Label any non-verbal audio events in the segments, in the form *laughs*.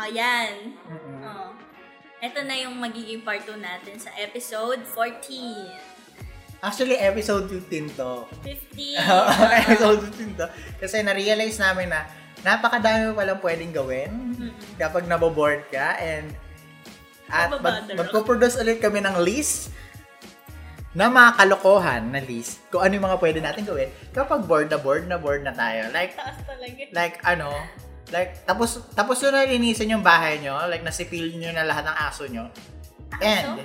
Oh, yan. Mm-mm. Oh. Ito na yung magiging part 2 natin sa episode 14. Actually, episode 15 to. *laughs* 15. episode 15 to. Kasi na-realize namin na napakadami mo palang pwedeng gawin Mm-mm. kapag naboboard ka and at mag- Mababother ako. magpo-produce ulit kami ng list na mga kalokohan na list kung ano yung mga pwede natin gawin kapag bored na bored na bored na tayo. Like, Taas talaga. like ano, like tapos tapos nyo na linisin yung bahay nyo, like nasipil nyo na lahat ng aso nyo. And,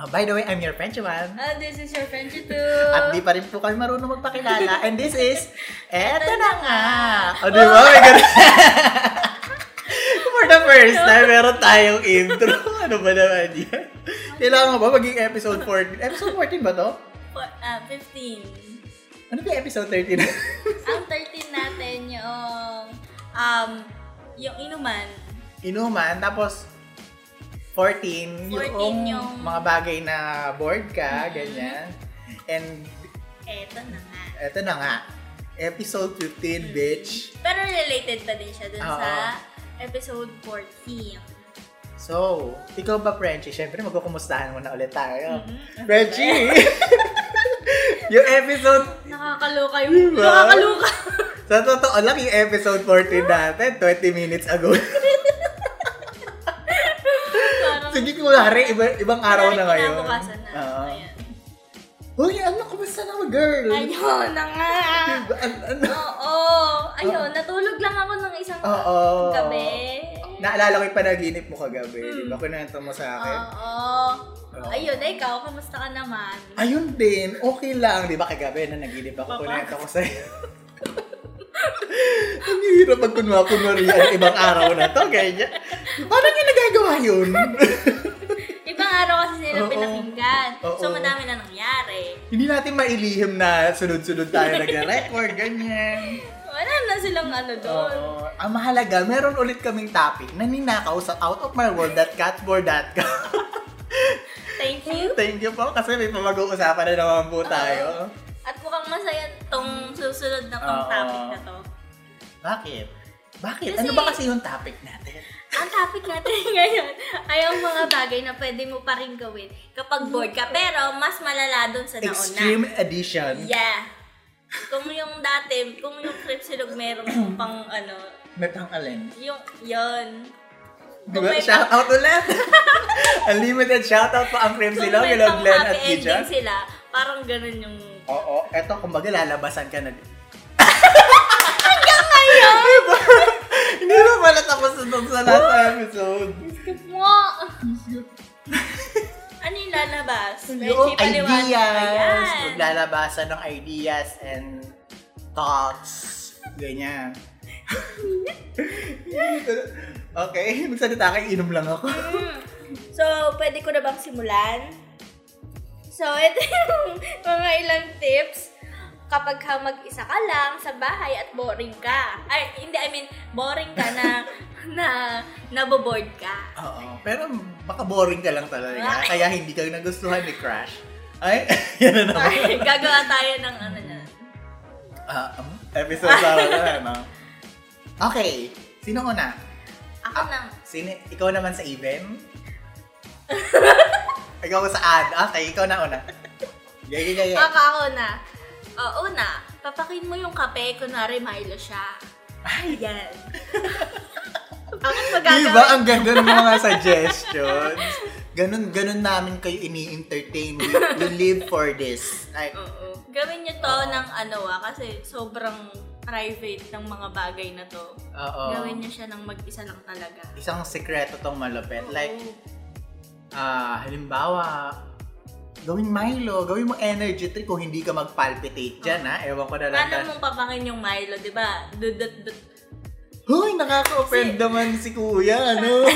uh, by the way, I'm your French man. Ah, this is your friend too. At di pa rin po kami marunong magpakilala. And this *laughs* is, eto na nga! O di Oh. ba? May *laughs* ganun. For the first time, meron tayong intro. *laughs* ano ba naman yan? Kailangan ba maging episode 14? Episode 14 ba to? For, ah, 15. Ano ba yung episode 13? Ang 13 natin yung um yung inuman. Inuman, tapos 14, 14 yung- Mm-hmm. mga bagay na bored ka, ganyan. And Eto na nga. eto na nga, episode 15, Mm-hmm. bitch. Pero related pa din siya dun Oo. sa episode 14. So, ikaw ba, Frenchie? Siyempre, magkukumustahan mo na ulit tayo. Mhm. Frenchie! *laughs* yung episode, Nakakaloka Diba? yung... Nakakaloka! sa totoo lang, yung episode 14 natin, 20 minutes ago. *laughs* Parang... *laughs* Sige, kunwari, iba, ibang araw na Ah. ngayon. Kinabukasan na. Oo. Ayan. Hoy, ano, kumusta na ako, girl? Ayun na nga! Diba? An- ano? Oo! Ayun, natulog lang ako ng isang Ah. Oo. gabi. Naalala ko yung panaginip mo kagabi, Mm. di ba? Kunento mo sa akin. Oo. Oo. Ayun, na ikaw, kamusta ka naman? Ayun din, okay lang. Di ba kagabi na naginip Baba. ako, kunento ko sa'yo. *laughs* Ang hirap pag kunwa-kunwari ang ibang araw na to, ganyan. Paano niya nagagawa yun? *laughs* Ibang araw kasi sila Oo. pinakinggan. So, Oo. madami na nangyari. Hindi natin mailihim na sunod-sunod tayo nagre-record, ganyan. Wala na silang ano doon. Oo. Ang mahalaga, meron ulit kaming topic na ninakaw sa outofmyworld.catboard.com. Thank you. *laughs* Thank you po kasi may pamag-uusapan na naman po tayo. At mukhang masaya tong susunod na tong Oo. topic na to. Bakit? Bakit? Kasi- Ano ba kasi yung topic natin? Ang topic natin *laughs* ngayon ay ang mga bagay na pwede mo pa rin gawin kapag bored ka. Pero mas malala doon sa nauna. Extreme Edition. Yeah. Kung yung dati, kung yung trip silog meron pang ano, May pang alin. yung, yon Di Oh ba? Shout out *laughs* ulit! Unlimited shout out po ang Creme kung Silog, may Ilog pang Glenn happy at Kijan. ending sila, parang ganun yung... Oo, eto kumbaga lalabasan ka na din. *laughs* Ayun! Hindi ba pala tapos na to sa last episode? Skip mo! *laughs* ano yung lalabas? Yung Medyo paliwanag. ideas, Ayan. maglalabasan ng ideas and thoughts, ganyan. *laughs* okay, magsalita kayo, inom lang ako. Mm. So, pwede ko na bang simulan? So, ito yung *laughs* mga ilang tips kapag ka mag-isa ka lang sa bahay at boring ka. Ay, hindi, I mean, boring ka na, *laughs* na, naboboard ka. *laughs* Oo, pero baka boring ka lang talaga, Ay. kaya hindi ka nagustuhan ni Crash. Ay, *laughs* yan na naman. Ay, gagawa tayo ng ano na. Ah, um, episode sa na, no? Okay, sino ko na? Ako na. Sino, ikaw naman sa *laughs* event? ikaw sa ad. Okay, ikaw na una. Yeah, yeah, yeah, yeah. Ako, ako na. O, una, papakin mo yung kape, kunwari Milo siya. Ay, yan. Bakit magagawa? Diba? Ang ganda ng mga suggestions. Ganun, ganun namin kayo ini-entertain. We, we live for this. Like, Oo. Gawin nyo to ng ano ah, kasi sobrang private ng mga bagay na to. oo. Gawin nyo siya ng mag-isa lang talaga. Isang sekreto tong malupit. Like, Oo. ah, halimbawa, gawin Milo, gawin mo energy trip kung hindi ka mag-palpitate dyan, ha? Ewan ko na lang. Paano mong papakin yung Milo, di ba? Dudut-dut. Hoy, nakaka-offend naman si kuya, *laughs* ano?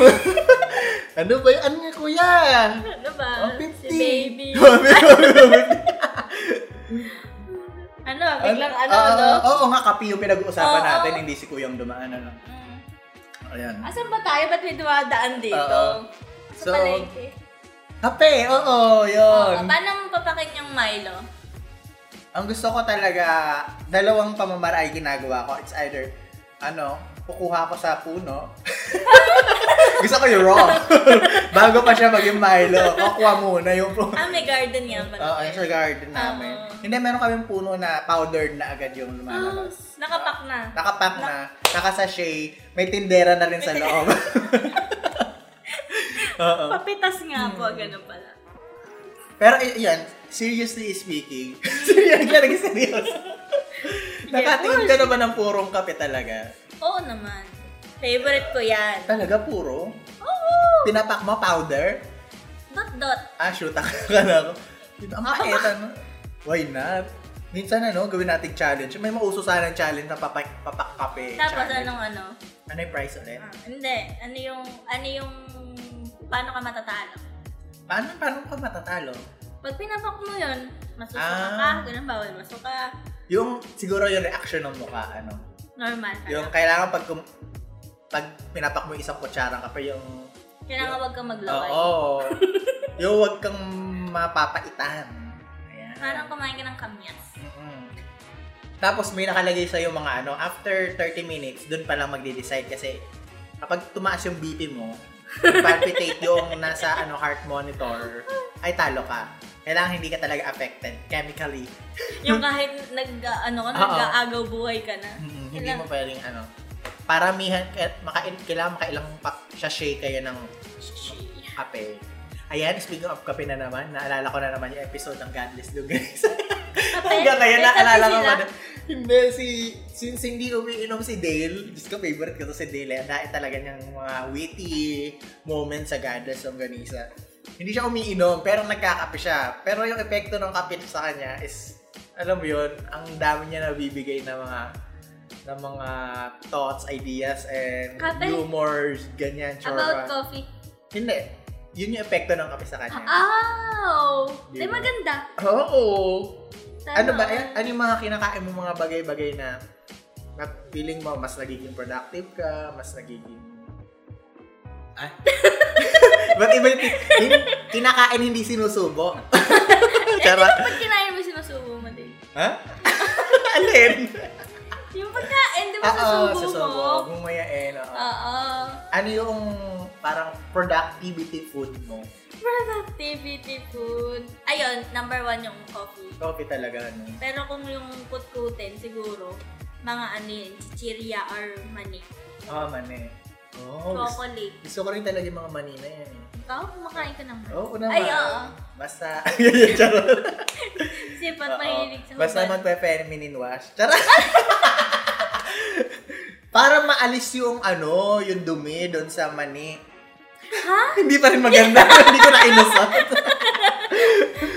ano ba yun? Ano nga kuya? Ano ba? Oh, 50. Si baby. *laughs* Ano, *laughs* biglang ano, Ah, ano? Oo nga, kapi yung pinag-uusapan Oo. natin, hindi si kuyang dumaan, ano? Mm. Ayan. Asan ba tayo? Ba't may dumadaan dito? Oo. Sa So, palengke. Kape, oo, yun. Oo, paano mong papakin yung Milo? Ang gusto ko talaga, dalawang pamamara ay ginagawa ko. It's either, ano, kukuha ko sa puno. *laughs* Gusto ko yung raw. *laughs* Bago pa siya maging Milo, kukuha muna yung... Oo, Ah, may garden yan oh, pala. sa garden namin. Oo. Hindi, meron kaming puno na powdered na agad yung Ah, lumalabas. nakapak na. Nakapack na, nakasashay, may tindera na rin sa loob. *laughs* Oo. Hmm. Papitas nga po, ganun pala. Pero y- yan, seriously speaking, *laughs* seryoso ka naging seryoso. Nakatingin ka naman ng purong kape talaga. Oo naman. Favorite ko yan. Talaga puro? Oo! Pinapak mo powder? Dot dot. Ah, shoot, *laughs* ako ka na ako. Diba, ang pait, ano? Why not? Minsan ano, gawin nating challenge. May mauso sana ng challenge na papak, papak kape. Tapos challenge. anong ano? Ano yung price ulit? Ah, hindi. Ano yung, ano yung, paano ka matatalo? Paano, paano ka matatalo? Pag pinapak mo yun, masusuka Ah. ka. Ganun bawal masuka. Yung, siguro yung reaction ng mukha, ano? Normal ka Yung lang. kailangan pag, kum- pag pinapak mo isang kutsarang kape, yung Kailangan wag kang maglaway. Oo. yung huwag kang mapapaitan. Ayan. Parang kumain ka ng kamyas. Mm. Tapos may nakalagay sa yung mga ano, after 30 minutes, dun pa lang magde-decide kasi kapag tumaas yung BP mo, palpitate yung nasa ano heart monitor, ay talo ka. Kailangan hindi ka talaga affected chemically. *laughs* Yung kahit nag, ano ka, Oo. nag-aagaw buhay ka na. Mm, hindi mo pwedeng ano. Paramihan, eh, maka, kailangan makailang pa, sachet kayo ng kape. Ayan, speaking of kape na naman, naalala ko na naman yung episode ng Godless Lugares. Hanggang ngayon, May kape naalala ko sila. pa na. Hindi, si, since hindi umiinom si Dale, Diyos ko, favorite ko to si Dale. eh. Dahil talaga niyang mga witty moments sa Godless Longanisa. Hindi siya umiinom, pero nagkakape siya. Pero yung epekto ng kape sa kanya is, alam mo yun, ang dami niya nabibigay na mga ng mga thoughts, ideas, and Kape? humors, ganyan, chorba. About coffee. Hindi. Yun yung epekto ng kape sa kanya. Ah, Oh! Di Di ba? maganda. Oo. Sana Ano ba? all. eh, Ano yung mga kinakain mo mga bagay-bagay na na feeling mo mas nagiging productive ka, mas nagiging... Ah? *laughs* Ba't iba yung yung kinakain hindi sinusubo? *laughs* Charot. Eh, Pag kinain mo, sinusubo mo din. Ha? Alin? Yung pagkain, di ba, Oo, Ah, susubo, susubo. mo? Ah. Gumayain. oo. Oo. Ano yung parang productivity food mo? Productivity food. Ayun, number one yung coffee. Coffee talaga, ano? Pero kung yung kutkutin, siguro, mga ano yun, chichirya or mani. Oo, Ah, mani. Oo, gusto, Chocolate. gusto ko rin talaga yung mga mani na yan. eh. Ikaw, kumakain ka ng mani. Oo naman. Ay, oo. Basta, *laughs* yun, charot. Kasi Oo. ba't mahilig sa Basta hubad? magpe-feminine wash. Charot! *laughs* Para maalis yung ano, yung dumi doon sa mani. Ha? *laughs* Hindi pa rin *laughs* maganda. Hindi ko na inusap.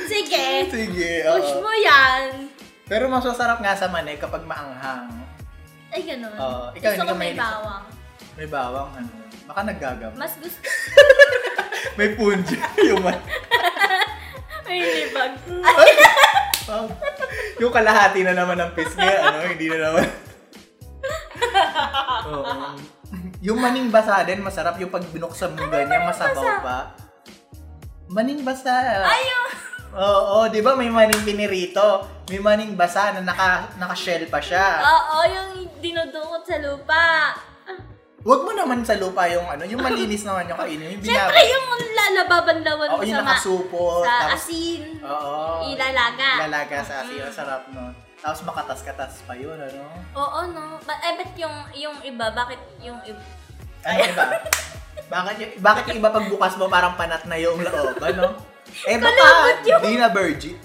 Sige. Sige, Push *laughs* oo. mo yan. Pero mas masarap nga sa mani kapag maanghang. Ay, ganun. Oo. Ikaw, hindi gusto ka ko may mahilig sa- bawang. May bawang, ano. Baka naggagam. Mas gusto *laughs* May punja *laughs* yung mani. may libag. Wow. Um, yung kalahati na naman ng pisngi, ano, hindi na *laughs* naman. Oo. Yung maning basa din, masarap. Yung pag binuksan mo ganyan, masabaw basa? pa. Maning basa. Ayun. Oo, di ba may maning pinirito? May maning basa na naka, naka-shell pa siya. Oo, yung dinudukot sa lupa. Huwag mo naman sa lupa yung ano, yung malinis naman yung kainin. Yung Siyempre, binab- yung lalababanlawan Oo, mo yung sa, ma- nakasupo. sa tapos, asin. oo, Ilalaga. ilalaga sa asin. Mm. Ang sarap nun. Tapos makatas-katas pa yun, ano? Oo, no? Ba- eh, ba't yung, yung iba? Bakit yung iba? *laughs* Ay, iba. bakit, yung, bakit yung iba pagbukas mo parang panat na yung loob, ano? Eh, baka Kalabot yun. di na *laughs* virgin.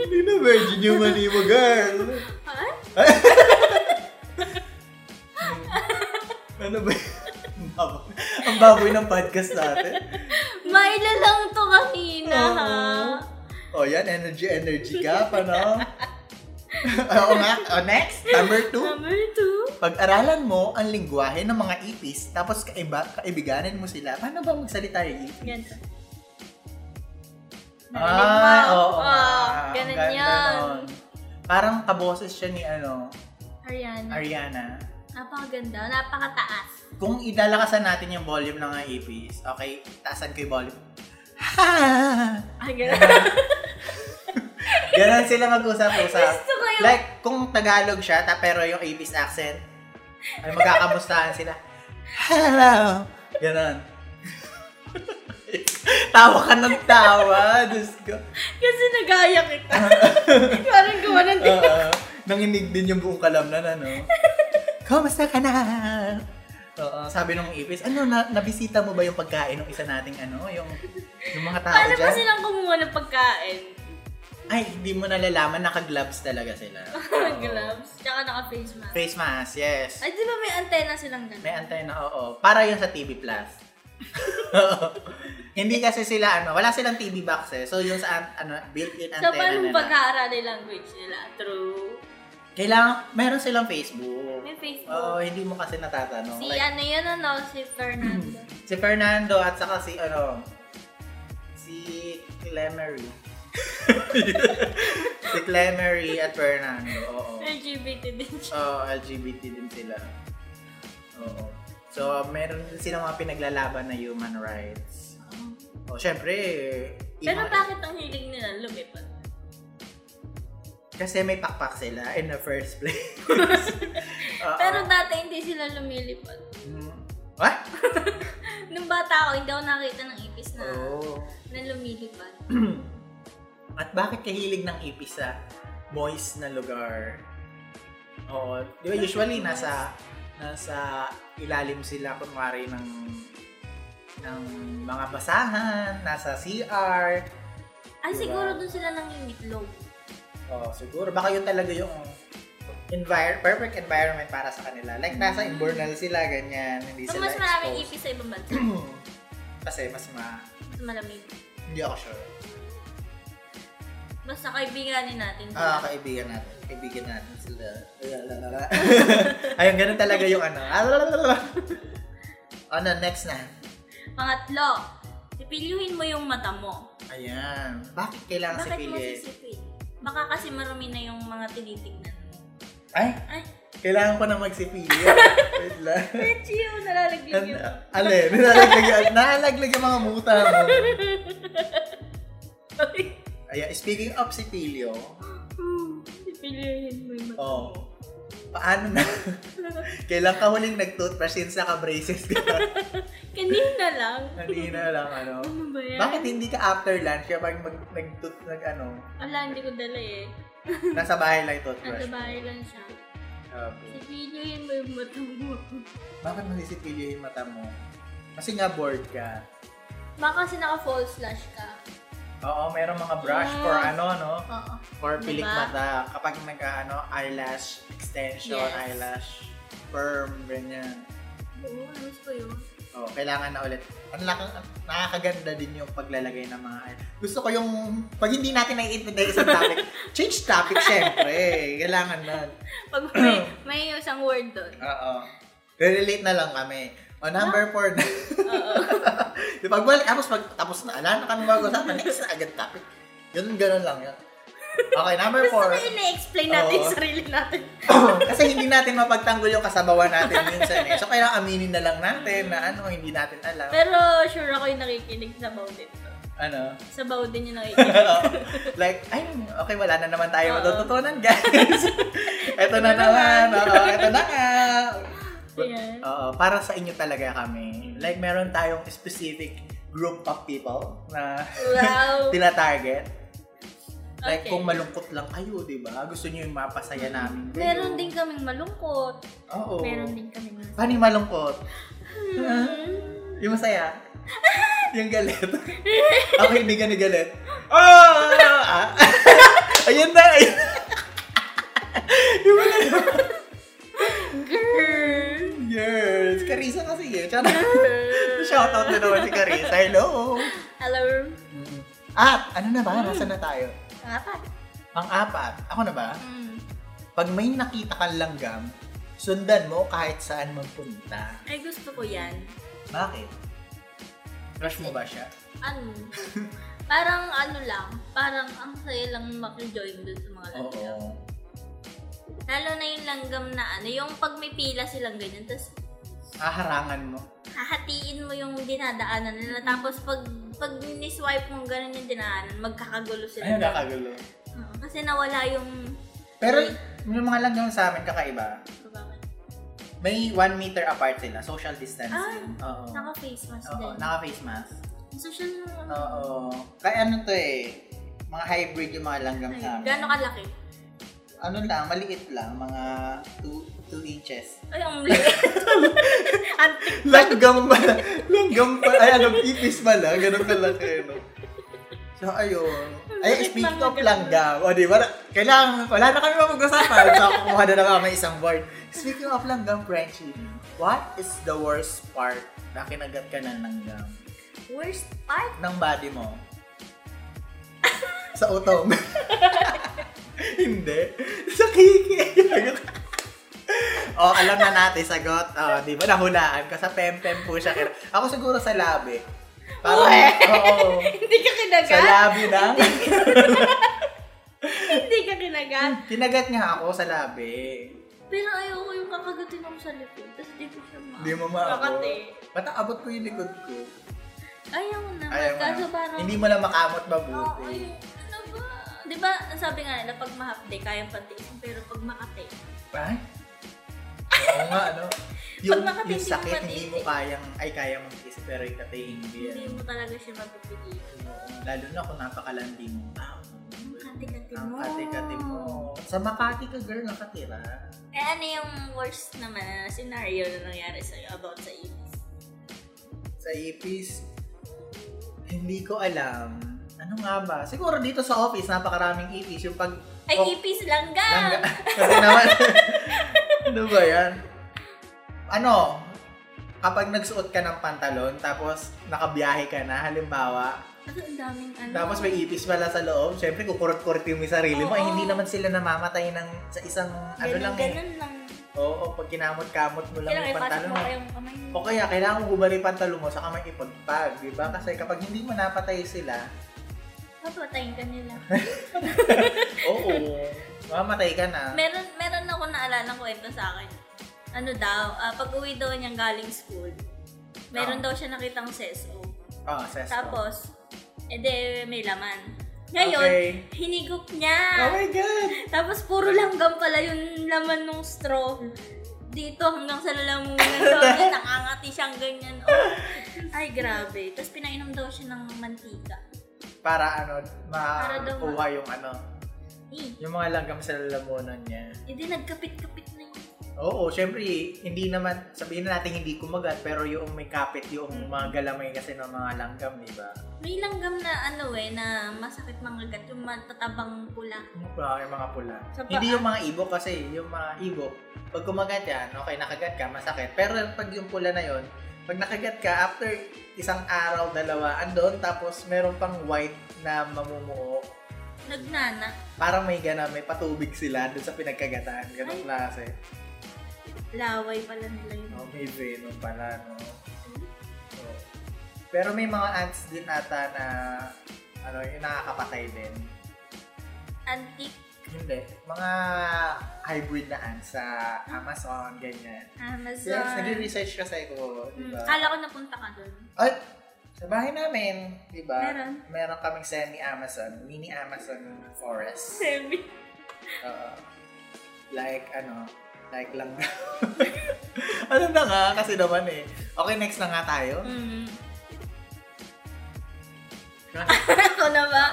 Di na virgin yung mani mo, girl. Ha? Ano ba yun? Ang baboy- Ang baboy ng podcast natin. Maila lang to kanina, ha? O oh, yan, energy, energy ka pa, no? *laughs* Oo nga. O, next, number two. Number two. Pag-aralan mo ang lingwahe ng mga ipis, tapos kaiba, kaibiganin mo sila. Paano ba magsalita yung ipis? Yan. Ah, Narinig mo? oo. nga. Ah, Ang ganun ganda yun. nun. Parang kaboses siya ni ano, Ariana. Ariana. Napakaganda. Napakataas. Kung idalakasan natin yung volume ng APs, okay, taasan ko yung volume. *laughs* Ay, gano'n. Ganon sila mag-usap-usap. *laughs* Gusto ko yung... Like, kung Tagalog siya, ta pero yung APs accent, ay magkakamustahan sila. Hello! Ganon. *laughs* tawa ka ng tawa. Diyos ko. Kasi nagaya kita. *laughs* Parang gawa ng Oo. nanginig din yung buong kalamnan, ano? Kamusta ka na? Oo, sabi nung ipis, ano, na, nabisita mo ba yung pagkain ng isa nating ano, yung, yung mga tao *laughs* Paano ba dyan? silang kumuha ng pagkain? *laughs* Ay, hindi mo nalalaman, naka-gloves talaga sila. Oo. *laughs* Gloves, tsaka naka-face mask. Face mask, yes. Ay, di ba may antena silang May gano'n? antena, oo. Para yun sa TV Plus. *laughs* Oo. Hindi kasi sila, ano, wala silang TV box eh. So, yung sa, an- ano, built-in So, antena paano nila. pag-aaral yung language nila? Through... Kailangan, meron silang Facebook. Oo, May Facebook. hindi mo kasi natatanong. si Like, ano yun, ano? Si Fernando. Si Fernando at saka si ano si Clemery. *laughs* si Clemery at Fernando. Oo. LGBT din siya. Oo, LGBT din sila. Oo. So, meron din silang mga pinaglalaban na human rights. O, Oh, syempre, eh, Pero ima- bakit ang hiling nila lumipat? kasi may pakpak sila in the first *laughs* place. Oo. Pero Ah. dati hindi sila lumilipat. Mm. What? *laughs* Nung bata ako, hindi ako nakita ng ipis na, Oo. na lumilipat. At bakit kahilig ng ipis sa moist na lugar? Oo. Di ba usually nasa nasa ilalim sila kunwari ng ng mga basahan, nasa CR. Ay, Diba? Ah, siguro dun sila nangingitlog. Oo, siguro baka yun talaga yung envir- perfect environment para sa kanila. Like nasa Imbornal sila ganyan, hindi Mm. So, sila mas maraming exposed. ipis sa ibang bansa. *clears throat* Kasi mas ma Mas malamig. hindi ako sure. Basta kaibiganin natin. Ah, sila. kaibigan natin. Kaibigan natin sila. Lalalala. *laughs* Ayun, ganun talaga yung ano. Lalalala. *laughs* ano, next na. Pangatlo, sipilyuhin mo yung mata mo. Ayan. Bakit kailangan si Bakit mo Philip? sisipin? Baka kasi marumi na yung mga tinitignan mo. Ay, Ay, kailangan ko na magsipili. *laughs* Wait lang. *laughs* Chiyo, nalalagyan yun. An- alin? Nalalaglag, nalalaglag yung mga muta mo. Ayan, speaking of sipilyo, Sipilyuhin Hmm, mo yung mata oh, mo. paano na? *laughs* Kailan ka huling nag-toothbrush since naka-braces ka? *laughs* Kanina lang. Kanina lang, ano? Ano ba yan? Bakit hindi ka after lunch kapag mag, nag-tooth, nag, *laughs* ano, Wala, hindi ko dala eh. Nasa bahay lang yung Nasa toothbrush. bahay lang siya. Okay. Sipilyuhin mo yung mata mo. Bakit masisipilyo yung mata mo? Kasi nga bored ka. Baka kasi naka-false lash ka. Oo, mayroong mga brush Yes. for ano, no? Oo. For pilik Diba? mata. Kapag nag, ano, eyelash extension, Yes. eyelash perm, ganyan. Oo, namiss ko yun. Oo, kailangan na ulit. Ang laking, ang nakakaganda din yung paglalagay ng mga eyelash. Gusto ko yung, pag hindi natin naiintindihan isang *laughs* topic, change topic, syempre. Kailangan nun. Pag *clears throat* may, may isang word *laughs* doon. Oo. Relate na lang kami. O, Ah. number four *laughs* na. Oo. Di pagbalik, tapos pag tapos na, ala na kami mag-usapan, next na agad topic. Yun, ganun lang yun. Okay, number Gusto four. ko ina-explain Oo. natin yung sarili *laughs* natin. *clears throat* Kasi hindi natin mapagtanggol yung kasabawan natin minsan eh. So, kailangan aminin na lang natin na ano, hindi natin alam. Pero sure ako yung nakikinig sa Baudin. Ano? *laughs* Sa Baudin yung nakikinig. like, ay, okay, wala na naman tayo Oo. matututunan, guys. *laughs* Ito na Ito na naman. naman. Oo, ito na nga. Ayan. Oo, para sa inyo talaga kami. Like, meron tayong specific group of people na Wow. tina-target. Like, Okay. Mm-hmm. kung malungkot lang kayo, di ba? Gusto nyo yung mapasaya namin. kayo. Meron din kaming malungkot. Oo. Meron din kaming *laughs* mas- Paano yung malungkot? Hmm. Yung masaya? *laughs* yung galit? Ako hindi ka ni galit. Oh! Ah! *laughs* ayun na! Ayun. yung wala yun. Girl. Girls! Carissa kasi eh. Charot. *laughs* Shoutout na naman si Carissa. Hello! Hello. Mm-hmm. At, ano na ba? Nasaan na tayo? Pangapat. Pang-apat. Ako na ba? Hmm. Pag may nakita kang langgam, sundan mo kahit saan magpunta. Ay, gusto ko yan. Bakit? Crush mo ba siya? Ano? parang ano lang. Parang ang saya lang makijoin doon sa mga langgam. Oo. Lalo na yung langgam na ano, yung pag may pila silang ganyan, tapos Haharangan mo. hahatiin mo yung dinadaanan nila. Tapos pag pag niswipe mo ganun yung dinaanan, magkakagulo sila. Ayun, nakagulo. Oo, kasi nawala yung... ano Pero yung mga langgam sa amin kakaiba. Bakit? May one meter apart sila, social distancing. Oo. Naka-face mask Oo, din. naka-face mask. Social ano, na... Oo. Kaya ano to eh, mga hybrid yung mga langgam sa Ayun, amin. Gano'ng kalaki? Ano lang, maliit lang, mga 2 inches. Ay, *laughs* ang liit. Antik. Langgam pa Langgam pa. Ay, ano, ipis pa lang. Ganun kalaki, no? So, ayun. Ay, Bakit speak mga of ganun? langgam. O, di ba? Kailangan, wala na kami mapag-usapan. So, kumuha na lang kami isang word. Speaking of langgam, Frenchie, what is the worst part na kinagat ka ng langgam? Worst part? ng body mo? sa *laughs* utong. Hindi. Sa kiki. oh, alam na natin, sagot. Oh, di ba nahulaan ka? Sa pempem po siya. Kaya- Ako siguro sa labi. Parang, Uwe! *laughs* oo. Hindi ka Sa kinagat? labi lang. Hindi ka kinagat? Kinagat nga ako sa labi. Pero ayoko yung kakagatin ako sa likod. Tapos di ko siya ma... Hindi mo maabot. Kakati. Ba't abot ko yung likod ko? Ayaw na. Ayaw mo Kaso na. parang... Hindi mo lang makamot Oo, mabuti. ayun. Ano ba? Di ba, ang sabi nga nila, pag mahapde, kayang pantiisin. Pero pag makate, Ay? Oo nga, ano? Yung, *laughs* Pag nakatindi yung sakit, mo ba, hindi mo tindi? kayang, ay kaya mong kiss, pero yung katay, hindi. hindi ano. mo talaga siya mapipigil. Oo, Lalo na kung napakalandi mo. Ah, Kati-kati Ang mo. kati-kati mo. Sa Makati ka, girl, nakatira. Eh, ano yung worst naman na scenario na nangyari sa'yo about sa ibis? Sa Ipis, hindi ko alam. Ano nga ba? Siguro dito sa office, napakaraming ipis. Yung pag... Ay, oh, ipis lang Langga. ga! *laughs* Kasi naman. ano ba yan? Ano? Kapag nagsuot ka ng pantalon, tapos nakabiyahe ka na, halimbawa, Ano, ang daming ano. tapos may ipis pala sa loob, syempre kukurot-kurot yung sarili mo, Oo. eh, hindi naman sila namamatay ng, sa isang, ano ganun, lang eh. ganun lang. Oo, pag kinamot-kamot mo lang Kailangan yung ipasok pantalon mo mo. pa yung kamay mo. O kaya, kailangan mo bumalik pantalon mo, saka may ipagpag, di ba? Kasi kapag hindi mo napatay *laughs* sila, Papatayin ka nila. oo, mamatay ka na. meron, meron ako naalala kwento sa akin. Ano daw, ah, pag uwi daw niyang galing school, meron Ah. daw siya nakitang seso. Oo, sesto. Tapos, ede may laman. Ngayon, Okay. hinigop niya. Oh my God! Tapos puro langgam pala yung laman ng straw. Dito hanggang sa lalamunan daw *laughs* niya, nakangati siyang ganyan. Oh. Ay, grabe. Tapos pinainom daw siya ng mantika. Para ano, Para daw makuha yung ano, Eh, yung mga langgam sa lalamunan niya. edi nagkapit-kapit na yun. Oo, syempre, hindi naman, sabihin na natin hindi kumagat, pero yung may kapit, yung Mm. mga galamay kasi ng mga langgam, di ba? May langgam na ano eh, na masakit mangagat, yung matatabang pula. Yung pula, yung mga pula. Sa paa. Hindi yung mga ibok kasi, yung mga ibok, pag kumagat yan, okay, nakagat ka, masakit. Pero pag yung pula na yon, pag nakagat ka, after isang araw, dalawa, andon, tapos meron pang white na mamumuo. Nagnana. Parang may gana, may patubig sila doon sa pinagkagatan. Ganong Ay. klase. Laway pala nila yun. No, may venom pala, no? So, pero may mga ants din ata na ano, yung nakakapatay din. Antique. Hindi. Mga hybrid na ants sa Amazon, ganyan. Amazon. Yes, nag-research kasi ko, di Mm, ba? Kala ko napunta ka doon. Ay, sa bahay namin, di ba? Meron. Meron kaming semi-Amazon, mini Amazon forest. Semi. Oo. like, ano, like lang *laughs* ano na nga, kasi naman eh. Okay, next na nga tayo. *laughs* Mm. Ako na ba?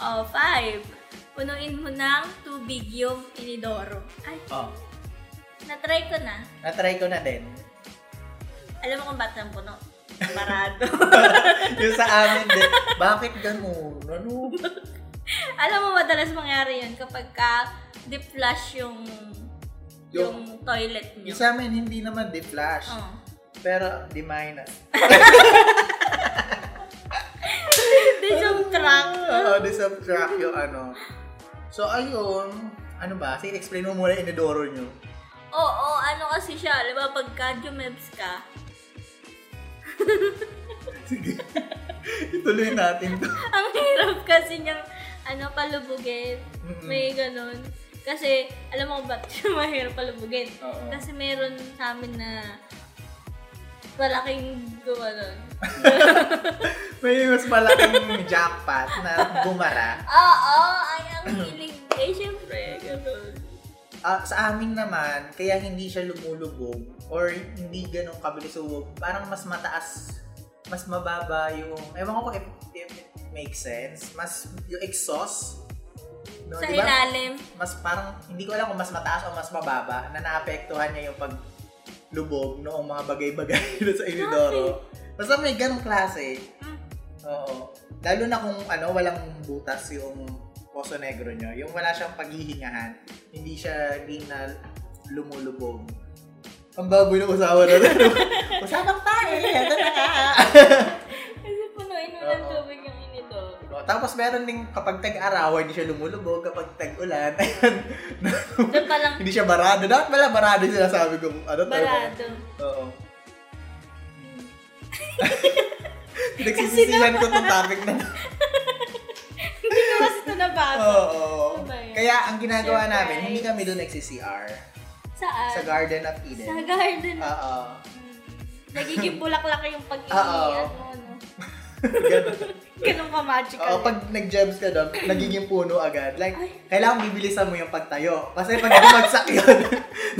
Oh, five. Punuin mo ng tubig yung inidoro. Ay, Oh, natry ko na. natry ko na din. Alam mo kung ba't ang puno? Barado. *laughs* yung sa amin din. Bakit ganun? Ano? Alam mo, madalas mangyari yun kapag ka deflush yung yung, toilet Yung nyo. sa amin, hindi naman di-flash. Oh. *laughs* Pero, di-minus. This yung truck. Oo, di-subtract Ah, yung ano. So, ayun. Ano ba? Sige, explain mo muna yung inodoro nyo. Oo, ano kasi siya, di ba, pagka jumebs ka, *laughs* Sige. Ituloy natin to. ang hirap kasi niyang, ano, palubugin. Mm-mm. May ganun. Kasi, alam mo kung ba't siya *laughs* mahirap palubugin? Oo. Kasi meron sa amin na malaking gawa nun. May mas malaking jackpot na bumara. *clears throat* Oo, ay, ang hilig. Eh, syempre, ganun. Ah, sa amin naman, kaya hindi siya lumulubog or hindi ganun kabilis umubog, parang mas mataas, mas mababa yung, ewan ko kung if, if it makes sense, mas yung exhaust, no, sa Oh, di ba? ilalim. mas parang, hindi ko alam kung mas mataas o mas mababa, na naapektuhan niya yung paglubog noong mga bagay-bagay *laughs* na sa Inidoro. Basta may ganong klase. Mm. Oo. Lalo na kung ano, walang butas yung poso negro nyo. Yung wala siyang paghihingahan. Hindi siya, hindi na lumulubog. Ang baboy ng usawa na rin. Usapang tayo! Ito na nga! Kasi punuin mo Oo. ng tubig yung *laughs* inidoro. O, Tapos meron ding kapag tag-araw, hindi siya lumulubog. Kapag tag-ulan, ayan, Doon pa lang, hindi siya barado. Dapat pala barado yung sinasabi ko. Ano to? *laughs* barado. *laughs* Oo. Nagsisisihan ko tong topic na to. Hindi ko kasi ito nabago. Oo. Ano ba yun? Kaya ang ginagawa Surprise. namin, hindi kami doon nagsi-CR. Saan? Sa Garden of Sa Eden. garden. Oo. Mm. Nagiging bulaklak *laughs* yung Oo. pag-iingat mo, no? Ganun. Ganun ka magical. Oo, pag nag-gems ka doon, nagiging puno agad. Like, Ay. kailangan bibilisan mo yung pagtayo. Kasi pag bumagsak yun,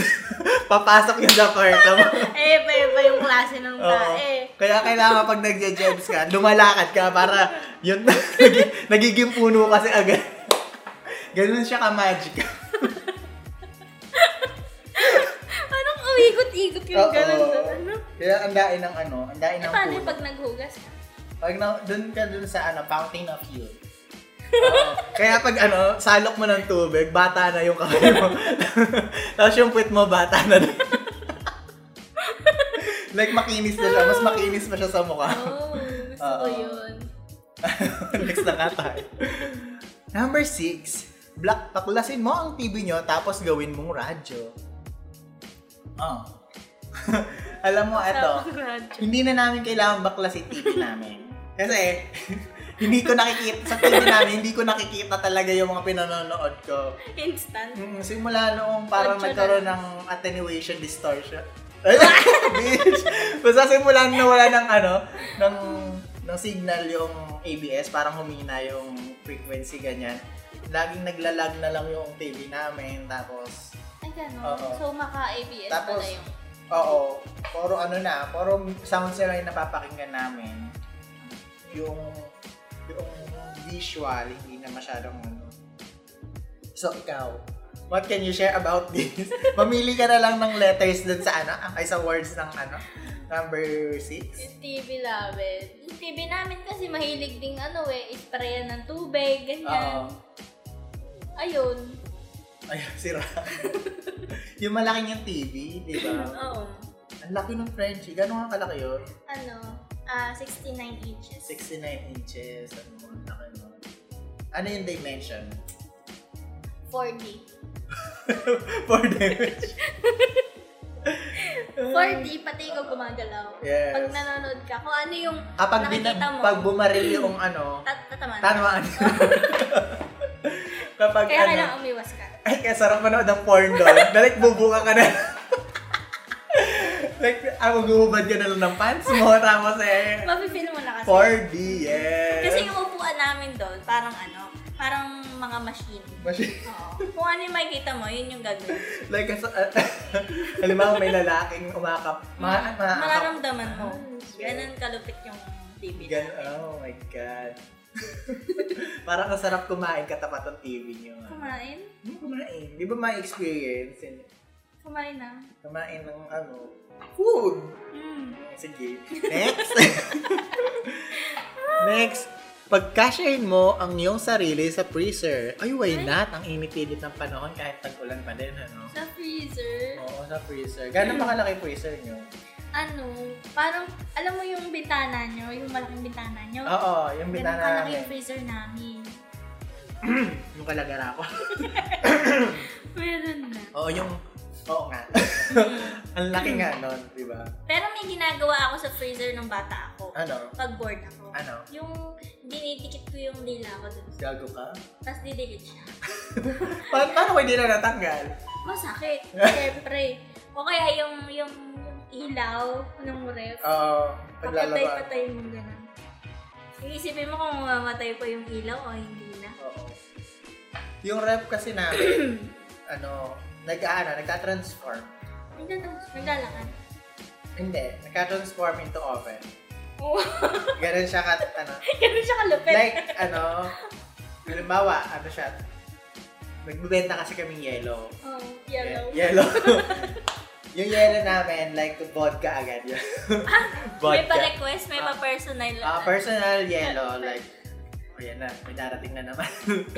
*laughs* papasok yun sa kwarto mo. Eh, iba iba yung klase ng Oo. tae. Kaya kailangan pag nag-gems ka, lumalakad ka para yun, *laughs* nagi- nagiging puno kasi agad. Ganun siya ka-magic. Anong uwigot-igot yung Oo. ganun doon? Ano? Kaya ang dain ng ano, ang dain Eh, ng paano puno. yung pag naghugas ka? Pag na, dun ka dun sa ano, fountain of youth. Oo. Kaya pag ano, salok mo ng tubig, bata na yung kamay mo. *laughs* Tapos yung puwit mo, bata na *laughs* din. like makinis na siya, mas makinis pa siya sa mukha. Oo, Oh, gusto Oo. ko yun. *laughs* Next na nga tayo. Number six, black, paklasin mo ang TV nyo tapos gawin mong radyo. Oh. *laughs* Alam mo, ito. Sa radyo. hindi na namin kailangan bakla si TV namin. Kasi, *laughs* hindi ko nakikita, sa TV namin, hindi ko nakikita talaga yung mga pinanonood ko. Instant. Mm, simula noong parang Ocho na nagkaroon ng attenuation distortion. Ay, *laughs* bitch! Basta simula na wala ng ano, ng, ng signal yung ABS, parang humina yung frequency ganyan. Laging naglalag na lang yung TV namin, tapos Ay, ganun. Oo. So, maka-ABS Tapos, pala yung... Oo. Puro ano na, puro sounds na lang yung napapakinggan namin. Yung, yung visual, hindi na masyadong ano. So, ikaw, what can you share about this? *laughs* Mamili ka na lang ng letters dun sa ano, ay sa words ng ano, number 6. Yung TV namin. Yung TV namin kasi mahilig ding ano eh, isprayan ng tubig, Oo. ganyan. Ayun. Ayun, sira. *laughs* yung malaking yung TV, di *laughs* ba? Oo. Ang laki ng Frenchie. Gano'n nga kalaki yun? Ano? Ah, 69 inches. 69 inches. Ano, ang laki nun. Ano yung dimension? 4D. 4 damage. 4D, pati ikaw gumagalaw. Yes. Pag nanonood ka, kung ano yung Kapag nakikita bina- mo, pag bumaril yung ano, tat- tatamaan. *laughs* tanwaan. Kapag Kaya ano, kailangan umiwas ka. ay, kaya sarap manood ng porn doon. Dalik, bubuka ka na. *laughs* like, ako gumubad ka na lang ng pants mo, *laughs* tapos eh, Mapipil mo na kasi. 4D, yes. Kasi yung upuan namin doon, parang ano, parang mga machine. Mas- Oo. Kung ano yung makikita mo, yun yung gagawin. like, kasi, uh, *laughs* halimbawa may lalaking umakap, Mm. ma, ma, Mararamdaman mo. shit. Ganun kalupit yung TV. Gan- oh my God. *laughs* Parang ang sarap kumain katapat ng TV niyo. Kumain? Hmm, kumain. Di ba may experience? yun? Kumain na. Kumain ng ano? Food! Mm. Sige. *laughs* Next! Next! Pagkasyahin mo ang iyong sarili sa freezer. Ay, why Ay. not? Ang init-init ng panahon kahit tag-ulan pa din, ano? Sa freezer, Oo, sa freezer. Gano'n ba kalaki freezer nyo? ano, parang, alam mo yung bintana nyo, yung malaking bintana nyo? Oo, yung Ganun bitana kalaki namin. yung freezer namin. Yung kalagara ko. Meron na. Oo, yung... Oo nga. *laughs* Ang laki nga nun, di ba? Pero may ginagawa ako sa freezer nung bata ako. Ano? Pag bored ako. Ano? Yung dinidikit ko yung dila ko dun. Gago ka? Tapos didikit siya. Pa- paano ko hindi na natanggal? *laughs* Masakit. Siyempre. O kaya yung, yung, yung ilaw ng ref. Oo, Ah, paglalaba. Papatay-patay mo gano'n. Iisipin mo kung mamatay pa yung ilaw o hindi na. Oo. Yung rep kasi namin, *clears throat* ano, nag, ano, nagtatransform. Nagdadance- Naglalakad. Hindi, nagka-transform into oven. Oo. *laughs* Ganun siya ka, ano, Ganun siya kalupit. like, ano, halimbawa, ano siya, nagbibenta kasi kaming yellow. oh, yellow. Ye- *laughs* yellow. yung yellow namin, like, vodka agad yun. Ah, May pa-request, may Ah. pa-personal. Ah, personal yellow, like, o yan na, may darating na naman.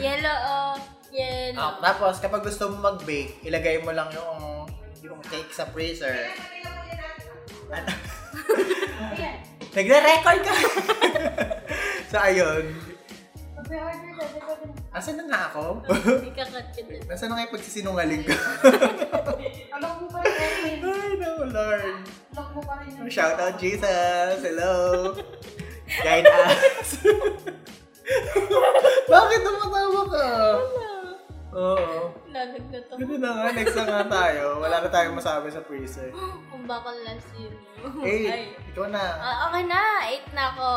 Yellow, oh, yellow. Ah, tapos, kapag gusto mo mag-bake, ilagay mo lang yung yung cake sa freezer. *laughs* Ano? Ayan. Nagre-record ka! *laughs* so, ayun. Pag-order ka, sabi ko, Asan na nga ako? Hindi ka cut ka dun. Nasaan na kayo pagsisinungaling ko? *laughs* Alam mo pa rin yun. Ay, no, Lord. Alam mo pa rin yun. Shout out Jesus! Hello! Guide us! *laughs* Bakit tumatawa ka? Oo. Lalag na to. Ganun na nga, next na nga tayo. Wala na tayong masabi sa freezer. Kung bakal lang sino. Ay. Hey, ikaw na. Ah, okay na, 8 na ako.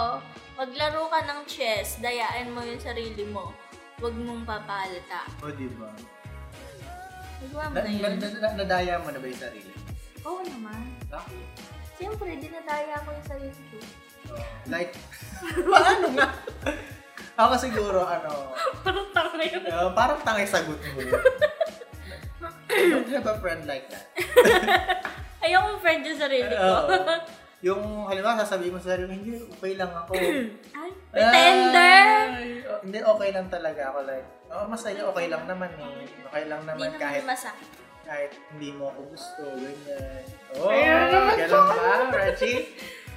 Maglaro ka ng chess, dayaan mo yung sarili mo. Huwag mong papalata. O, Oh, di ba? Nagawa mo Na, na na, yun. na- na- nadaya mo na ba yung sarili? Oh, Oo naman. Bakit? Siyempre, dinadaya ko yung sarili ko. Oo. Like, *laughs* paano nga? Ako siguro, ano, *laughs* Parang tanga yun. Uh, parang tangay sagot mo. I don't have a friend like that. Ayokong friend yung sarili ko. Ah. Oo. yung halimbawa sasabihin mo sa sarili mo, hindi, okay lang ako. *clears throat* Ay, pretender! Ay, oh, Hindi, okay lang talaga ako. Like, oh, masaya, okay lang naman eh. Okay lang Ah. Hindi naman kahit, naman masakit. kahit hindi mo ako gusto, ganyan. Oh, Ayun naman ganun ba, Reggie?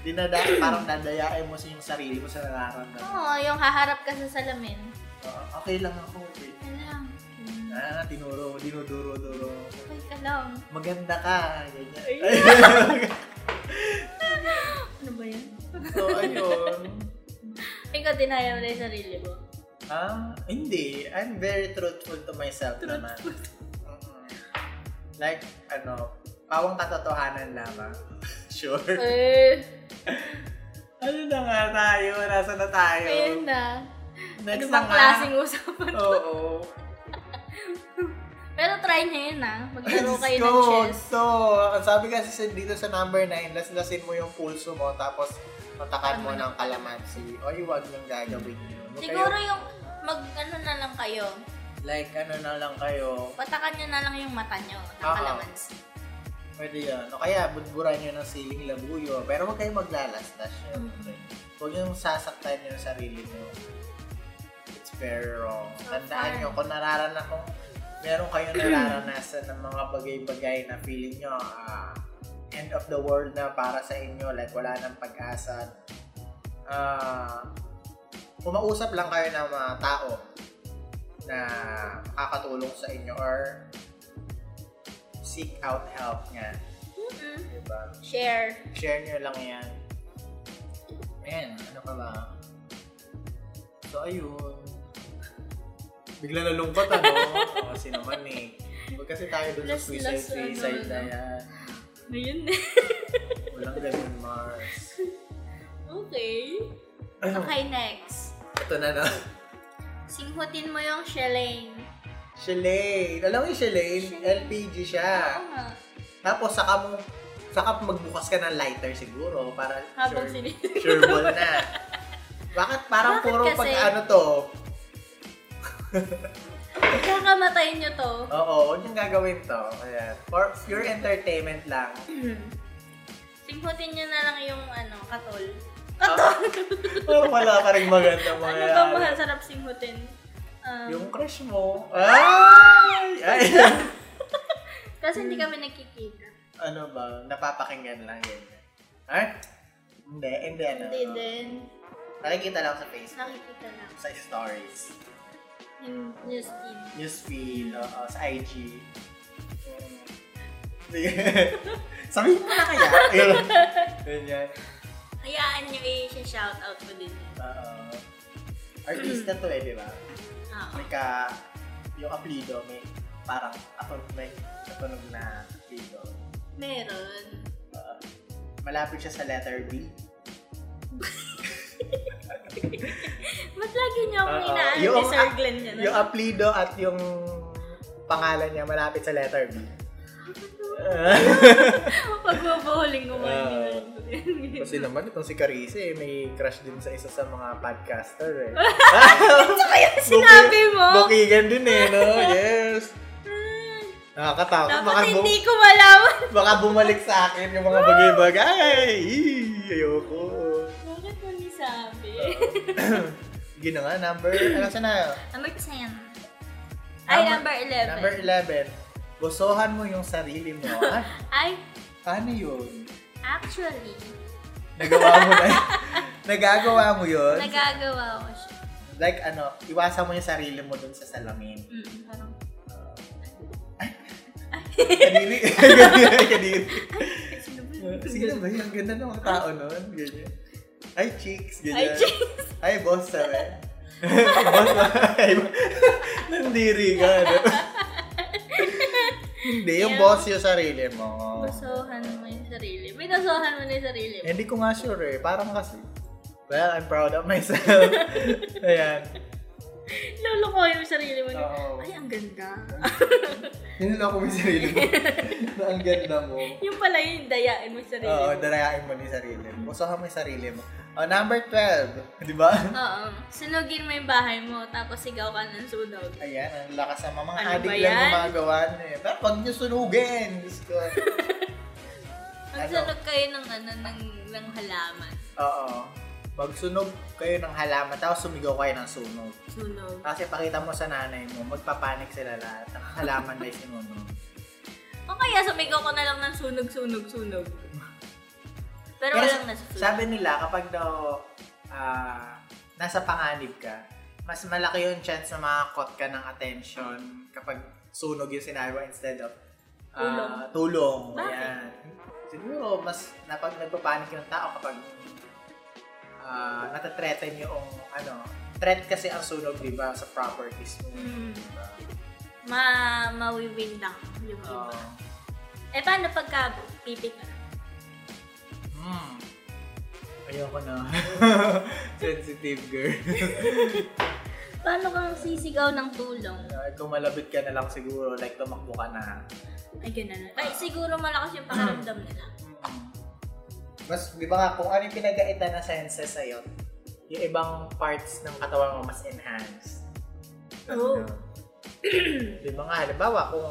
Dinada, parang dadayain mo sa yung sarili mo sa nararamdaman. Oo, yung haharap ka sa salamin. Oh, okay lang ako. Eh. Yan lang. Hmm, Ah, tinuro, dinuduro-duro. ako. Okay ka lang. Maganda ka, ganyan. Ano ba yan? So, *laughs* ayun. Ikaw, dinaya mo na yung sarili mo. Ah, hindi. I'm very truthful to myself naman. Mm-mm. Like, ano, pawang katotohanan lamang. *laughs* sure. Eh, Ano na nga tayo? Nasa na tayo? ayun na. Ano Next na bang nga. klaseng usapan? Oo. *laughs* Pero try niya yun ah. Maglaro Let's kayo go. ng chess. So, ang sabi kasi sa- dito sa number 9, laslasin mo yung pulso mo tapos matakan mo ng kalamansi. Oy, wag yung gagawin yun. Huwag Siguro kayo- yung mag ano na lang kayo. like, ano na lang kayo, Patakan niyo na lang yung mata niyo ng Oo. kalamansi. Pwede yan. O kaya, budburan nyo ng siling labuyo. Pero huwag kayong maglalaslas. Mm-hmm. Syempre. Huwag yung sasaktan nyo yung sarili nyo. It's very wrong. So Tandaan far. nyo, kung nararana kung meron kayong nararanasan ng mga bagay-bagay na feeling nyo, ah, end of the world na para sa inyo, like wala nang pag-asa. Ah, kumausap lang kayo ng mga tao na makakatulong sa inyo or seek out help nga. Mm-mm. Diba? Mm-hmm. Share. Share nyo lang yan. Ayan, ano ka ba? So, ayun. Bigla nalungkot, *laughs* ano? Oo, kasi naman eh. Huwag kasi tayo dun sa Last- suicide, last, ano, suicide na ano. yan. Ayun *laughs* Walang ganun, Mars. okay. Okay, next. Ito na na. Singhutin mo yung shilling. Shalane. Alam mo yung Shalane? Shalane. LPG siya. Oo nga. Tapos, saka mo, saka magbukas ka ng lighter siguro para Habang sure, sini. *laughs* *laughs* sure ball na. Bakit parang Bakit puro kasi? pag ano to, Kakamatayin niyo to. *clears throat* Oo, yun yung gagawin to. Ayan. For pure entertainment lang. Singhutin niyo na lang yung ano, katol. *laughs* Oh, wala ka rin maganda mga Ano ba masarap singhutin? Um, Yung crush mo. Ay! Ay! *laughs* Kasi hindi kami nakikita. ano ba? Napapakinggan lang yun. Ha? Hindi, hindi ano. Hindi din. Nakikita lang sa Facebook. Nakikita lang. Sa stories. Yung news feed. Newsfeed. Oo, sa IG. Mm. Sige. *laughs* Sabihin mo na kaya. *laughs* Ayun. Ganyan. Hayaan niyo i-shout out ko din. Oo. Artista to eh, di ba? Oo. may ka, yung apelido, may parang ako may katunog na apelido. Meron. Uh, malapit siya sa letter B. Mas lagi niyo akong Oo. inaano Yung- ni Sir Glenn yun. *laughs* Yung apelido at yung pangalan niya malapit sa letter B. Pagbabahuling kumain. Uh, Kasi naman, itong si Carice, eh, may crush din sa isa sa mga *laughs* podcaster eh. Ano kaya sinabi mo? Bukigan din eh, no? Yes. Ah, Nakakatakot. Baka, Dapat bu- hindi ko malaman. baka bumalik sa akin yung mga bagay-bagay. Ih, Ayoko. *laughs* Bakit mo nisabi? *coughs* Sige na nga, number, ano siya na? Number 10. Ay, number 11. Number 11. Bosohan mo yung sarili mo. Ah, Ay, paano yun? actually, Nagawa mo na Nagagawa mo yun? nagagawa ko siya. like ano, iwasan mo yung sarili mo dun sa salamin. Mm, parang, Kadiri. *laughs* Kadiri. Kadiri. ay, sino ba yun? Sige na ba? Ang ganda ng mga tao nun. Ganyan. Ay, cheeks. Ganyan. Ay, jeez. Ay, boss sabi. *laughs* boss sabi. Nandiri ka. Ano? Hindi, yung Yeah. boss yung sarili mo. Basuhan mo yung sarili. Binasuhan mo na yung sarili mo. Hindi ko nga sure eh. Parang kasi, well, I'm proud of *laughs* myself. Ayan. Lolo ko yung sarili mo. Oo. Ay, ang ganda. Nilala ko yung sarili mo. *laughs* na ang ganda mo. yung pala yung dayain mo yung sarili Oo, mo. darayain mo ni sarili mo. Pusahan mo yung sarili mo. Oh, number 12, *laughs* di ba? Oo. Sunugin mo yung bahay mo, tapos sigaw ka ng sunog. Ayan, ang lakas ng mga Ano adik ba lang yan? gumagawa niyo eh. Pero pag niyo sunugin, Diyos ko. *laughs* Ano? Magsunog kayo ng ano, ng, ng halaman. Oo. Magsunog kayo ng halaman, tapos sumigaw kayo ng sunog. Sunog. Kasi pakita mo sa nanay mo, magpapanik sila lahat. Ang halaman na yung sinunog. O kaya sumigaw ko na lang ng sunog, sunog, sunog. Pero Pero walang sa- nasusunog. Sabi nila, kapag daw ah, nasa panganib ka, mas malaki yung chance na makakot ka ng attention kapag sunog yung sinabi mo instead of ah, tulong. Bakit? Ayan. Siguro, mas napag nagpapanik yung tao kapag ah, natatreten yung ano, threat kasi ang sunog, di ba, sa properties mo. Mm. Diba? Ma mawiwindang yung iba. Oo. Eh, paano pagka pipit na? Hmm. Ayoko na. *laughs* Sensitive girl. Paano kang sisigaw ng tulong? Uh, kung malabit ka na lang siguro, like tumakbo ka na. Ay, ganun. Ay, siguro malakas yung pakiramdam nila. Mas, di ba nga, kung ano yung pinagaitan na senses sa'yo, yung ibang parts ng katawan mo mas enhanced. Oo. Ano? *clears throat* di ba nga, halimbawa, kung,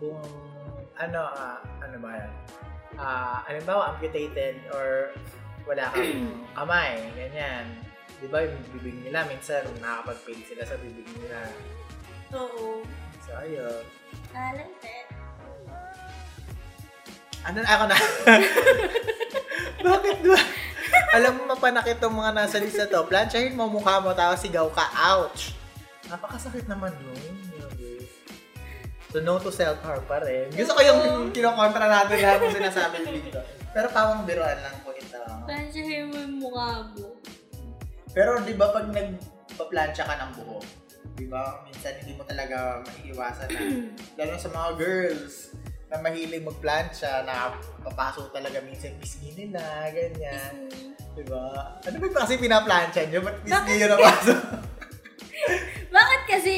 kung, ano, ah, ano ba yan? Ah, halimbawa, amputated or wala *clears throat* kang kamay, ganyan. Di ba yung bibig nila, minsan nakakapag-pain sila sa bibig nila. Oo. So, ayun. Talented. Ano ako na? *laughs* Bakit ba? Alam mo, mapanakit tong mga nasa lista to. Plansyahin mo mukha mo, tapos sigaw ka. Ouch! Napakasakit naman nun. Grabe. So, no to self-harm pa rin. Gusto ko yung kinokontra natin lahat ng sinasabi ni dito. Pero pawang biruan lang po ito. Pansahin mo yung mukha mo. Pero di ba pag nagpa-plancha ka ng buhok, di ba, minsan hindi mo talaga maiiwasan na, lalo sa mga girls na mahilig magplancha, na papaso talaga minsan yung pisngi nila, ganyan. Di ba? Ano ba kasi pinaplancha nyo? Ba't pisngi yun ang paso? Bakit kasi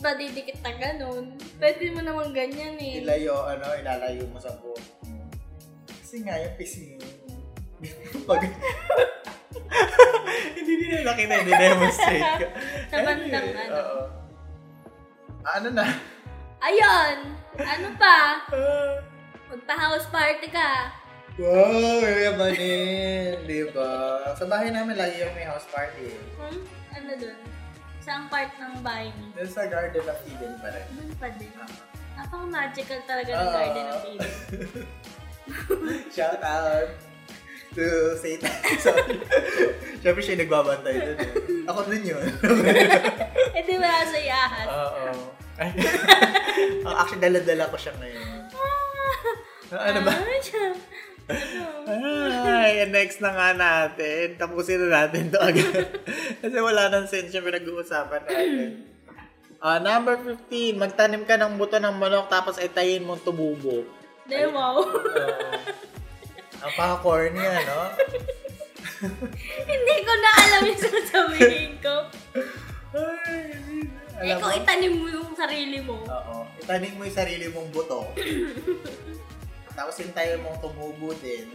madidikit na ganun? Pwede mo naman ganyan *laughs* eh. Ilayo, ano, ilalayo mo sa buhok. mo. Kasi nga yung pisngi, *laughs* pag... *laughs* hindi nila nakita, hindi demonstrate ko. Sa bandang ano. Oo. Ah, Ano na? Ayun! Ano pa? Magpa-house party ka. Wow, yamanin. Di ba? Sa bahay namin, lagi yung may house party. eh. Hmm? Ano dun? Saang part ng bahay niyo? Doon sa Garden of Eden pa rin. Doon pa din. Ah, Napang magical talaga ng Ah. Garden of *laughs* Eden. Shout out to Satan. Sorry. Siyempre siya yung nagbabantay doon. Eh. Ako din yun. eh di ba sa yahan? Oo. Ay. Ah, *laughs* Actually, dala-dala ko siya ngayon. Ah, Ano ba? Ano siya? Ano? Ay, and next na nga natin. Tapusin na natin to agad. *laughs* Kasi wala nang sense yung pinag-uusapan natin. Ah, number 15, magtanim ka ng buto ng manok tapos itayin mong tumubo. Di, wow. Ah, ang paka-corny, ano? Hindi ko na alam yung sasabihin ko. Ay, *laughs* Eh, alam Ah. mo? kung itanim mo yung sarili sarili mo. Oo. Itanim mo yung sarili mong buto. Tapos yung tayo mong tumubo din.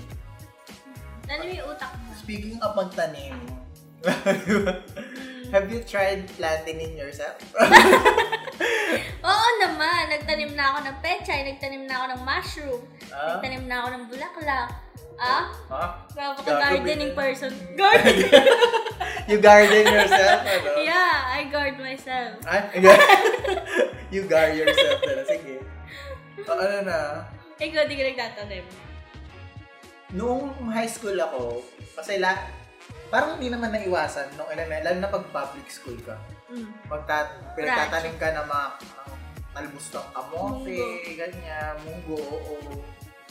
Ano yung utak mo? Speaking of pagtanim, *laughs* have you tried planting in yourself? Oo naman, nagtanim na ako ng pechay, nagtanim na ako ng mushroom, Ah? nagtanim na ako ng bulaklak. Ah? Ha? Gagawin. Napaka-gardening person. *laughs* Gardening! You garden yourself? Ano? *laughs* yeah, I guard myself. Ay, yeah. *laughs* you guard yourself na. Sige. O, ano na, Ikaw, di ka nagtatanim. noong high school ako, kasi la, parang hindi naman naiwasan nung ilan na, lalo na pag public school ka. Mm. Pagta, pinagtatanim ka ng mga ng talbustang kamote, Munggo. ganyan, munggo, oo.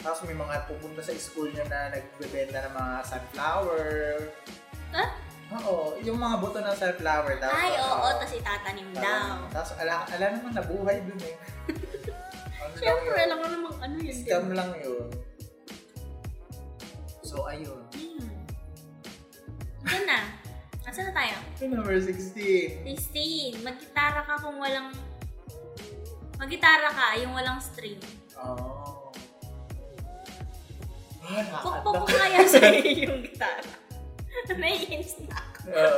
Tapos may mga pupunta sa school niya na nagbebenta ng mga sunflower. Ha? Oo, yung mga buto ng sunflower. Tapos, ano. Ay, oo, tapos itatanim daw. Tapos ala, ala naman, nabuhay dun *laughs* eh. Ano lang Siyempre, yun? alam mo namang ano yun. di Scam ba? lang yun. So, ayun. Hmm. Yun na. Asa na tayo? Number 16. 16. Maggitara ka kung walang... Maggitara ka, yung walang string. Oh. Ah, Pukpok ko nakakatak. *laughs* kaya sa yung gitara. *laughs* Naiinis na ako. Oo.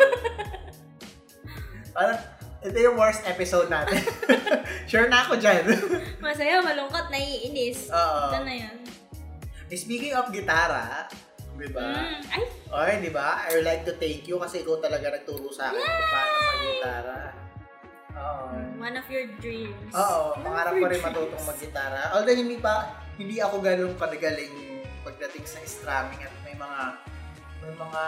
Parang, ito yung worst episode natin. *laughs* sure na ako dyan. Masaya, malungkot, naiinis. Oo. Ito na yan. Eh, Speaking of gitara, di ba? Mm. Ay, Okay, di ba? I would like to thank you kasi ikaw talaga nagturo sa akin kung paano mag-gitara. Oo. one of your dreams. Oo, One of pangarap your ko rin dreams. matutong mag-gitara. Although hindi pa, hindi ako ganun kagaling pagdating sa strumming at may mga, may mga,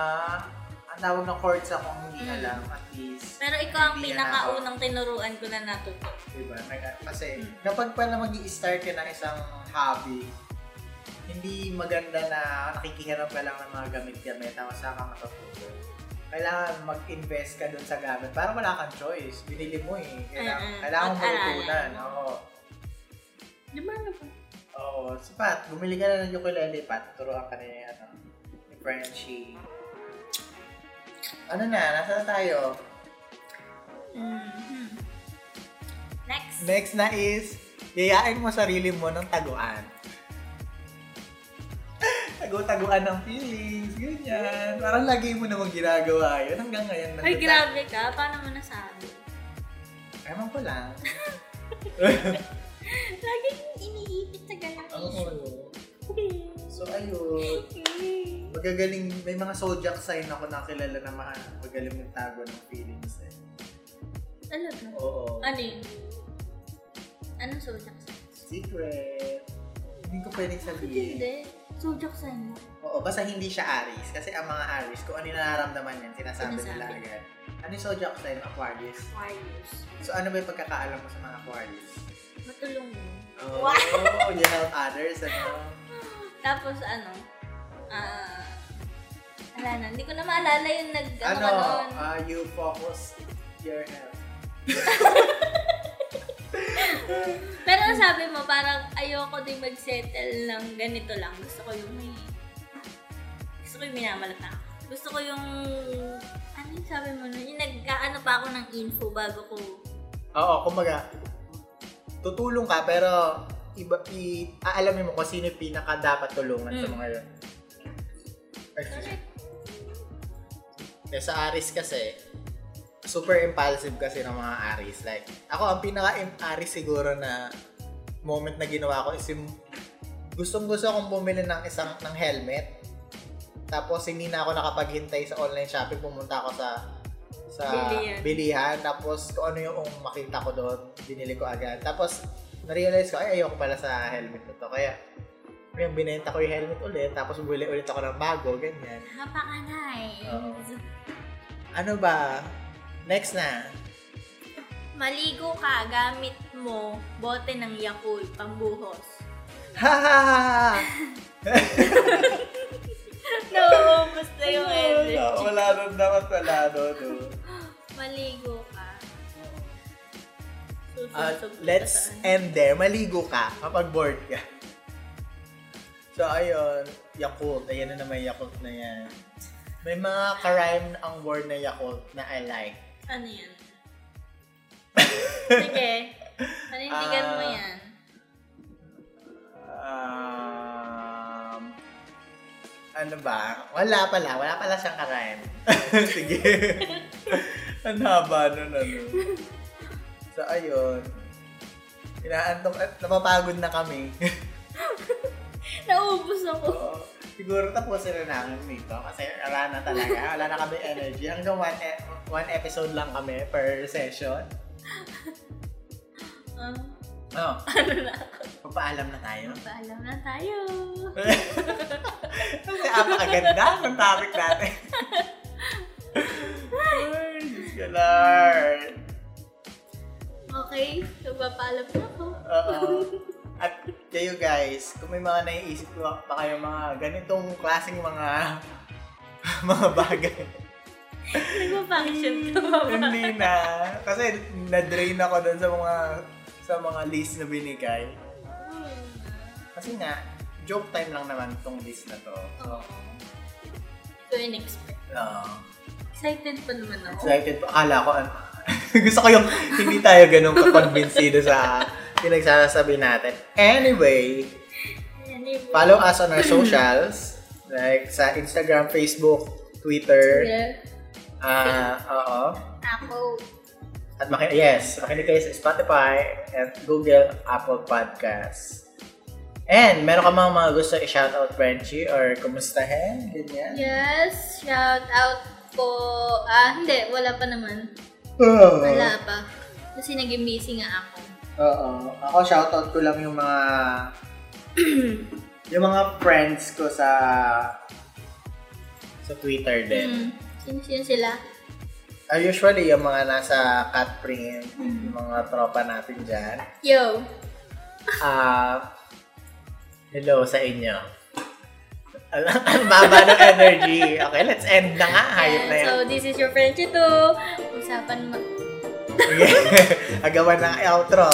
ang tawag ng chords ako ang hindi Mm. alam at least. Pero ikaw ang Hindi na ako. pinakaunang tinuruan ko na natuto. Diba? Nag- Kasi Mm. kapag pala mag start ka ng isang hobby, hindi maganda na nakikihiram ka lang ng mga gamit-gamit tapos saka ka matututo. Kailangan mag-invest ka dun sa gamit. Parang wala kang choice. Binili mo eh. Kailangan, Mm-mm. kailangan mo Pag-aralan. matutunan. Oo. Di ba? Oo. So, Pat, bumili ka na ng ukulele, Pat. Turuan ka na yung, ano, ni Frenchie. Ano na? Nasaan na tayo? Mhm. Next. Next na is, yayain mo sarili mo ng taguan. *laughs* Tago-taguan ng feelings, ganyan. Parang lagi mo namang ginagawa yun. Hanggang ngayon. Ay, nandun grabe ka. Paano mo nasabi? tayo. Ewan ko lang. Laging iniipit sa ganang issue. Oo. So, ayun. Magagaling, may mga zodiac sign ako nakilala na mga magaling magtago ng feelings eh. Talaga? Oo. Ano yun? Anong zodiac sign? Secret. Hindi ko pwedeng sabihin. Hindi. Zodiac sign mo. Oo, basta hindi siya Aries. Kasi ang mga Aries, kung ano yung nararamdaman yan, sinasabi nila Sinasabi. agad. Ano yung zodiac sign? Aquarius. Aquarius. So ano ba yung pagkakaalam mo sa mga Aquarius? Matulong mo. Oh, Wow! you help others, ano? Tapos ano? Ah... wala na. Hindi ko na maalala yung nag... Ano, Ano, ano ka doon. ah, you focus your health. Pero ang sabi mo, parang ayoko din mag-settle ng ganito lang. Gusto ko yung may... Gusto ko yung minamalata. Gusto ko yung... Ano yung sabi mo nun? Yung nag-ano pa ako ng info bago ko... Oo, kumbaga, tutulong ka pero iba, i, aalamin mo kung sino yung pinaka dapat tulungan sa Mm. mga yun. Kaya Eh, sa Aris kasi, super impulsive kasi ng mga Aris. Like, ako ang pinaka-Aris siguro na moment na ginawa ko is yung gustong gusto akong bumili ng isang ng helmet. Tapos hindi na ako nakapaghintay sa online shopping. Pumunta ako sa sa Bilihan. bilihan. Tapos kung ano yung makita ko doon, binili ko agad. Tapos na-realize ko, ay ayoko pala sa helmet na to. Kaya yung binenta ko yung helmet ulit, tapos bumili ulit ako ng bago, ganyan. Napakanay. Oo. Ano ba? Next na. Maligo ka gamit mo bote ng Yakult pambuhos. *laughs* Ha ha ha ha! No, basta yung energy. Wala nun dapat wala nun. no? Maligo ka. At Susunod Uh, let's end there. Maligo ka kapag bored ka. So, ayun. Yakult. Ayan na naman yung Yakult na yan. May mga karime ang *laughs* word na Yakult na I like. Ano yan? Ano Sige. Panindigan mo Ah. yan. Um, ano ba? Wala pala. Wala pala siyang karayan. *laughs* Sige. Ang haba nun, ano. So, ayun. Inaantok at napapagod na *laughs* kami. Naubos ako. Oo. siguro tapusin na namin dito kasi wala na talaga. Wala na kami energy. Hanggang one, e- one episode lang kami per session. Ah, Oh, ano na? papaalam na tayo. Paalam na tayo. Kasi apakaganda ng topic natin. Ay, Diyos ko, Lord. Okay, nagpapaalam na ako. Oo. At kayo guys, kung may mga naiisip pa pa kayo mga ganitong klaseng mga *laughs* mga bagay. Nagpa-function ka *laughs* ba Hmm. ba? Hindi na. Kasi na-drain ako doon sa mga sa mga list na binigay. Kasi nga, joke time lang naman tong list na to. So, uh, Oo. Ito in-expect. oo. Excited pa naman ako. excited pa. Akala ko, ano, *laughs* gusto ko yung hindi tayo ganun ka-convinced sa pinagsasabi natin. Anyway, Anyway. follow us on *clears throat* our socials. Like sa Instagram, Facebook, Twitter. Yeah. Ah, oo. Ako. At makin yes, makinig kayo sa Spotify at Google Apple Podcasts. And meron ka mga, mga gusto i-shoutout, Frenchie, or kumustahin, ganyan. Yes, shout out po. Ah, hindi. Wala pa naman. Oo. Wala pa. Kasi naging busy nga ako. Oo. Ako, shoutout ko lang yung mga... *clears throat* yung mga friends ko sa... Sa Twitter din. Hmm. Sino-sino sila? Ah, usually, yung mga nasa cat print, yung mga tropa natin dyan. Yo. Ah, hello sa inyo. Alam, ang *laughs* baba ng energy. Okay, let's end na nga. Hayop na Ayan, yan. So, this is your friend Chito. Usapan ma- Sige. *laughs* Agawan ng outro.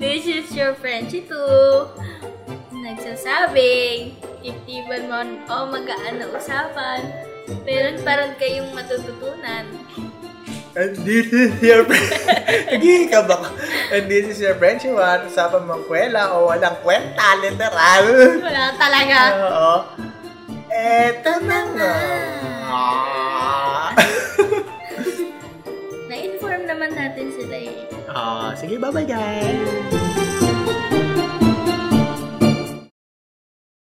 This is your friend Chito. Nagsasabing, iktiban mo o magaan na usapan, meron parang kayong matututunan. And this is your friend. *laughs* Sige ka ba? And this is your friend, Shiwan. Usapan mong kwela o walang kwenta, literal. Wala talaga. Oo. Eto na nga. Na-inform naman natin eh. sila eh. Ah, sige, bye-bye guys.